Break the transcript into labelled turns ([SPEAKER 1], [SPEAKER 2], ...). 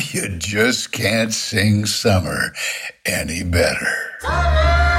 [SPEAKER 1] You just can't sing summer any better.